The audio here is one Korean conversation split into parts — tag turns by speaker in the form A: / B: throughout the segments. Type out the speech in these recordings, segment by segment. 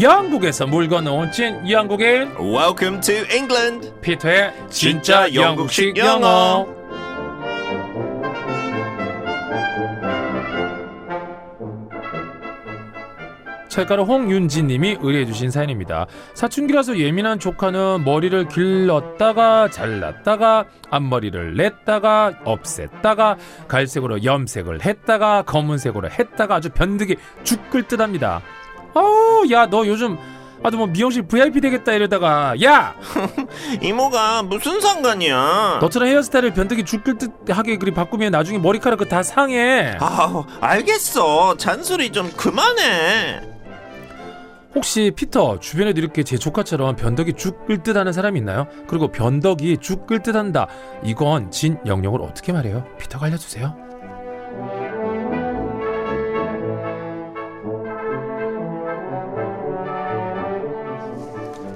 A: 영국에서 물건 온찐 영국인
B: Welcome to England.
A: 피터의
B: 진짜 영국식 영어.
A: 철가루 홍윤지님이 의뢰해주신 사연입니다. 사춘기라서 예민한 조카는 머리를 길렀다가 잘랐다가 앞머리를 냈다가 없앴다가 갈색으로 염색을 했다가 검은색으로 했다가 아주 변덕이 죽을 듯합니다. 아우 야 너 요즘 아주 뭐 미용실 VIP 되겠다 이러다가 야
B: 이모가 무슨 상관이야?
A: 너처럼 헤어스타일을 변덕이 죽을 듯하게 그리 바꾸면 나중에 머리카락 그 다 상해.
B: 아우, 알겠어. 잔소리 좀 그만해.
A: 혹시 피터 주변에도 이렇게 제 조카처럼 변덕이 죽을 듯하는 사람이 있나요? 그리고 변덕이 죽을 듯한다. 이건 진 영역을 어떻게 말해요? 피터가 알려주세요.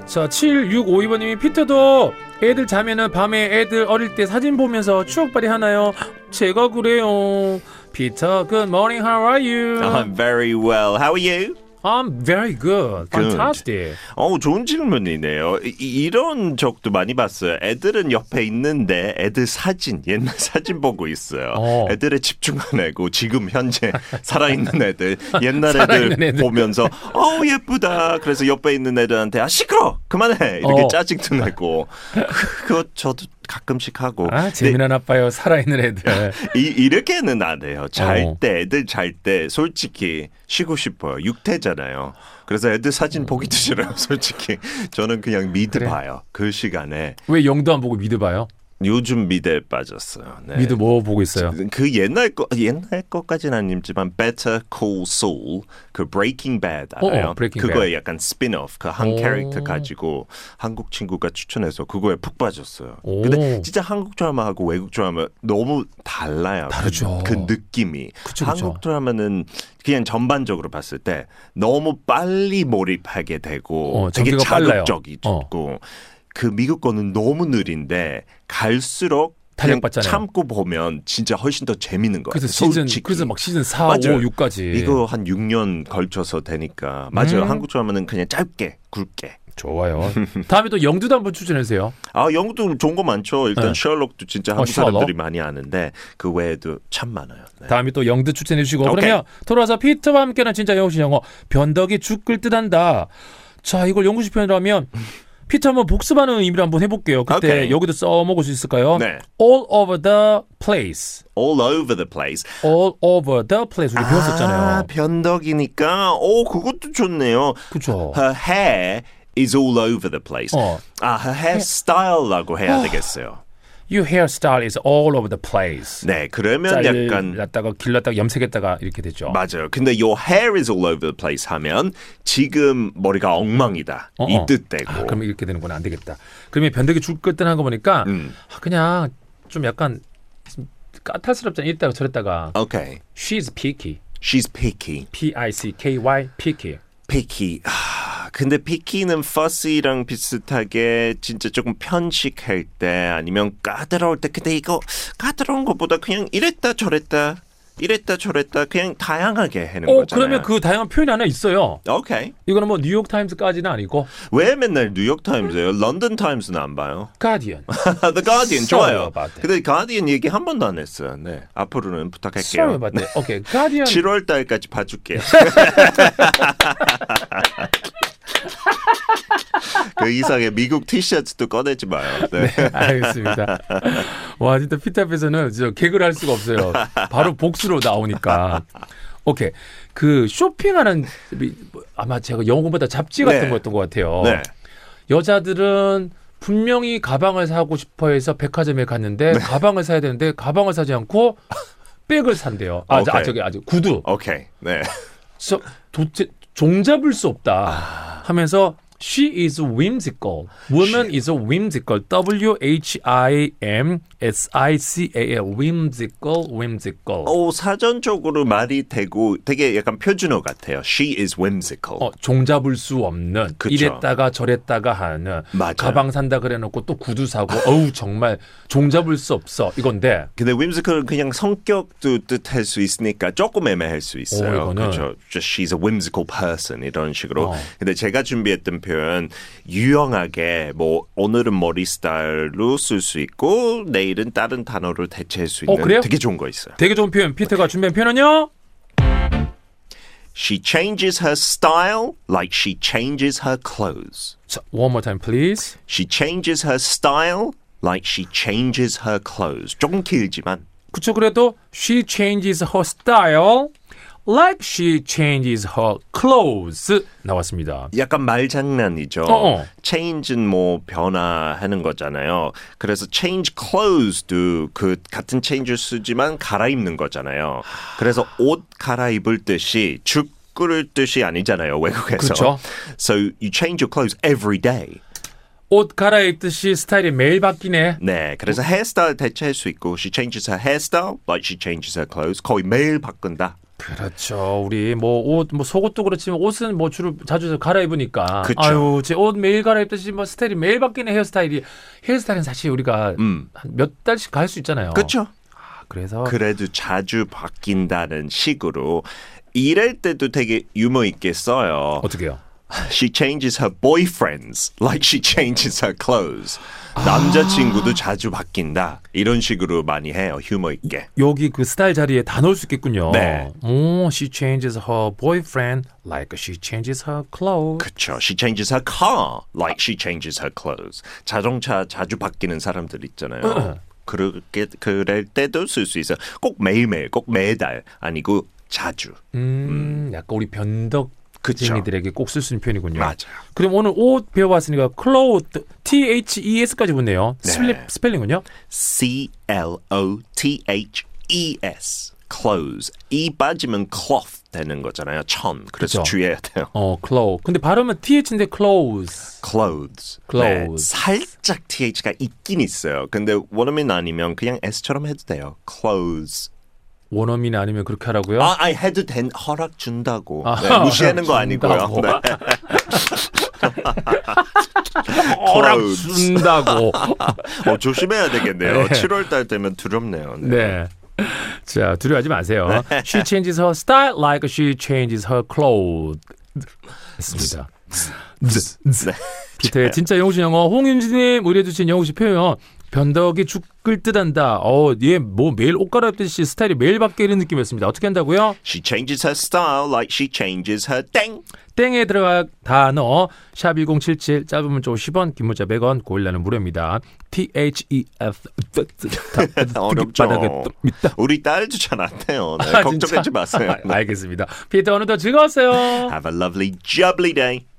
A: 자, 7652번님이 피터도 애들 자면은 밤에 애들 어릴 때 사진 보면서 추억발이 하나요? 제가 그래요. 피터, good morning, how are you?
B: I'm 아, very well. How are you?
A: I'm very good.
B: Good.
A: Fantastic.
B: 어, 좋은 질문이네요. 이- 이, 런 적도 많이 봤어요. 애들은 옆에 있는데 애들 사진, 옛날 사진 보고 있어요.
A: 어.
B: 애들에 집중 안 하고 지금 현재 살아있는 애들, 옛날 애들,
A: 살아있는 애들.
B: 보면서 어 예쁘다. 그래서 옆에 있는 애들한테 아 시끄러, 그만해 이렇게
A: 어.
B: 짜증도 내고 그- 그거 저도 가끔씩 하고.
A: 아, 재미난 아빠요. 살아있는 애들.
B: 이, 이렇게는 안 해요. 잘
A: 어.
B: 때, 애들 잘 때, 솔직히 쉬고 싶어요. 육퇴잖아요. 그래서 애들 사진 보기도 싫어요, 솔직히. 저는 그냥 미드
A: 음. 그래.
B: 봐요. 그 시간에.
A: 왜 영도 안 보고 미드 봐요?
B: 요즘 미드에 빠졌어요. 네.
A: 미드 뭐 보고 있어요?
B: 그 옛날 거, 옛날 것까지는 아니지만 Better Call Saul, 그 Breaking Bad 알아요?
A: 어, Breaking 어.
B: 그거에 약간 스핀오프, 그 한
A: 오.
B: 캐릭터 가지고 한국 친구가 추천해서 그거에 푹 빠졌어요.
A: 오.
B: 근데 진짜 한국 드라마하고 외국 드라마 너무 달라요.
A: 다르죠.
B: 그, 그 느낌이.
A: 그쵸, 그쵸.
B: 한국 드라마는 그냥 전반적으로 봤을 때 너무 빨리 몰입하게 되고
A: 어,
B: 되게
A: 전개가 빨라요. 어.
B: 자극적이고 그 미국 거는 너무 느린데 갈수록 그냥
A: 탄력받잖아요.
B: 참고 보면 진짜 훨씬 더 재밌는 거예요.
A: 그래서 시즌
B: 솔직히.
A: 그래서 막 시즌 4,
B: 맞아요.
A: 5, 6까지
B: 이거 한 6년 걸쳐서 되니까 맞아요.
A: 음.
B: 한국 드라마는 그냥 짧게 굵게.
A: 좋아요. 다음에 또 영두도 한번 추천해 주세요.
B: 아 영국도 좋은 거 많죠.
A: 네.
B: 일단 셜록도 진짜 한국
A: 셜록.
B: 사람들이 많이 아는데 그 외에도 참 많아요. 네.
A: 다음에 또 영두 추천해 주시고
B: 오케이.
A: 그러면 돌아와서 피터와 함께하는 진짜 영국식 영어 변덕이 죽을 듯한다. 자, 이걸 영국식 표현으로 하면 피터 한번 복습하는 의미로 한번 해볼게요. 그때
B: 오케이.
A: 여기도 써먹을 수 있을까요?
B: 네.
A: All over the place.
B: All over the place.
A: All over the place. 우리
B: 아,
A: 배웠었잖아요.
B: 변덕이니까. 오, 그것도 좋네요.
A: 그쵸.
B: Her hair is all over the place.
A: 어. 아.
B: 아, her hairstyle라고 해야 되겠어요.
A: Your hairstyle is all over the place.
B: 네, 그러면 약간
A: 잘랐다가 길렀다가 염색했다가 이렇게 되죠.
B: 맞아요. 근데 your hair is all over the place 하면 지금 머리가 엉망이다.
A: 어, 어.
B: 이 뜻되고.
A: 아, 그럼 이렇게 되는구나 안 되겠다. 그러면 변덕이 죽을 것 듯한 거 보니까
B: 음.
A: 아, 그냥 좀 약간 좀 까탈스럽잖아. 이랬다가 저랬다가
B: Okay.
A: she's picky,
B: She's picky.
A: p i c k y picky.
B: picky. 아, 근데 picky는 fussy랑 비슷하게 진짜 조금 편식할 때 아니면 까다로울 때 근데 이거 까다로운 것보다 그냥 이랬다 저랬다 이랬다 저랬다 그냥 다양하게 하는
A: 어
B: 거잖아요.
A: 그러면 그 다양한 표현이 하나 있어요.
B: 오케이.
A: 이거는 뭐 뉴욕 타임스까지는 아니고
B: 왜 맨날 뉴욕 타임스예요? 런던 타임스는 안 봐요.
A: 가디언.
B: The Guardian 좋아요.
A: Sorry about that.
B: 근데 Guardian 얘기 한 번도 안 했어요. 네. 앞으로는
A: Sorry
B: 부탁할게요.
A: about that. 오케이, 가디언.
B: 7월 달까지 봐줄게요. 그 이상의 미국 티셔츠도 꺼내지 마요. 네.
A: 알겠습니다. 와 진짜 피터 앞에서는 진짜 개그를 할 수가 없어요. 바로 복수로 나오니까. 오케이. 그 쇼핑하는 아마 제가 영어 공부다 잡지 같은
B: 네.
A: 거였던 것 같아요.
B: 네.
A: 여자들은 분명히 가방을 사고 싶어 해서 백화점에 갔는데
B: 네.
A: 가방을 사야 되는데 가방을 사지 않고 백을 산대요. 아, 저- 아
B: 오케이.
A: 저기 아주 구두.
B: 오케이. 네.
A: 저 도대체 종잡을 수 없다 하면서 She is whimsical. Woman is a whimsical. W H I M S I C A L. Whimsical, whimsical.
B: 오, 어, 사전적으로 말이 되고 되게 약간 표준어 같아요. She is whimsical.
A: 어, 종잡을 수 없는
B: 그쵸.
A: 이랬다가 저랬다가 하는
B: 맞아요.
A: 가방 산다 그래놓고 또 구두 사고 어우 정말 종잡을 수 없어 이건데
B: 근데 whimsical은 그냥 성격도 뜻할 수 있으니까 조금 애매할 수 있어요.
A: 오, 이거는.
B: 그렇죠. Just she's a whimsical person 이런 식으로.
A: 어.
B: 근데 제가 준비했던 표현 유용하게 뭐 오늘은 머리 스타일로 쓸 수 있고 내일은 다른 단어로 대체할 수
A: 어,
B: 있는
A: 그래요?
B: 되게 좋은 거 있어요.
A: 되게 좋은 표현 피터가 준비한 표현은요
B: She changes her style like she changes her clothes.
A: 자, One more time please
B: She changes her style like she changes her clothes. 조금 길지만
A: 그쵸 그래도 She changes her style like she changes her clothes 나왔습니다
B: 약간 말장난이죠.
A: 어어.
B: change는 뭐 변화하는 거잖아요. 그래서 change clothes도 그 같은 change를 쓰지만 갈아입는 거잖아요. 그래서 옷 갈아입을 듯이 죽 끓을 듯이 아니잖아요 외국에서.
A: 그쵸.
B: So you change your clothes every day.
A: 옷 갈아입듯이 스타일이 매일 바뀌네
B: 네, 그래서 헤어스타일 대체할 수 있고 she changes her hairstyle, but she changes her clothes. 거의 매일 바꾼다.
A: 그렇죠 우리 뭐 옷 뭐 속옷도 그렇지만 옷은 뭐 주로 자주 갈아입으니까
B: 그쵸.
A: 아유 제 옷 매일 갈아입듯이 뭐 스타일이 매일 바뀌는 헤어스타일이 헤어스타일은 사실 우리가
B: 음.
A: 한 몇 달씩 갈 수 있잖아요
B: 그렇죠.
A: 아, 그래서
B: 그래도 자주 바뀐다는 식으로 이럴 때도 되게 유머 있게 써요.
A: 어떻게요
B: She changes her boyfriends like she changes her clothes.
A: 아.
B: 남자친구도 자주 바뀐다. 이런 식으로 많이 해요. 휴머 있게.
A: 여기 그 스타일 자리에 다 넣을 수 있겠군요.
B: 네.
A: 오, she changes her boyfriend like she changes her clothes.
B: 그쵸. She changes her car like she changes her clothes. 자동차 자주 바뀌는 사람들 있잖아요. 그렇게 그럴 때도 쓸 수 있어요. 꼭 매일매일, 꼭 매달 아니고 자주.
A: 음, 약간 우리 변덕쟁이들에게 꼭 쓸 수 있는 표현이군요.
B: 맞아요.
A: 그럼 오늘 옷 배워봤으니까 clothes, t h e s까지 붙네요. 스펠링, 스펠링은요?
B: C L O T H E S. clothes. 이 빠지면 cloth 되는 거잖아요. 천. 그래서
A: 그쵸.
B: 주의해야 돼요.
A: 어, clothes. 근데 발음은 th인데 clothes.
B: clothes. 네,
A: clothes.
B: 살짝 th가 있긴 있어요. 근데 원어민 아니면 그냥 s처럼 해도 돼요. clothes.
A: 원어민 아니면 그렇게 하라고요?
B: 아, 아니 해도 된 허락 준다고.
A: 아,
B: 네, 무시하는 거 아니고요.
A: 준다고.
B: 네.
A: 허락
B: 네, clothes.
A: 준다고.
B: 어, 조심해야 되겠네요. 7월 달 되면 두렵네요. 네.
A: 네. 자, 두려워하지 마세요. She changes her style like she changes her clothes. 했습니다.
B: 네.
A: 피터의 진짜 영국식 영어 홍윤지님 의뢰주신 영국식 표현 변덕이 죽을 듯한다. 어, 얘뭐 매일 옷 갈아입듯이 스타일이 매일 바뀌는 느낌이었습니다. 어떻게 한다고요?
B: She changes her style like she changes her 땡.
A: 땡에 들어갈 단어 샵1077 짧은 문자 50원 긴 문자 100원 고일라는 무료입니다. T H E F
B: 어렵죠.
A: 바닥에 밑다.
B: 우리 딸도 잘 안 해요. 네,
A: 아, 아.
B: 걱정하지
A: 진짜?
B: 마세요. 네.
A: 알겠습니다. 피터 오늘도 즐거웠어요.
B: Have a lovely jubbly day.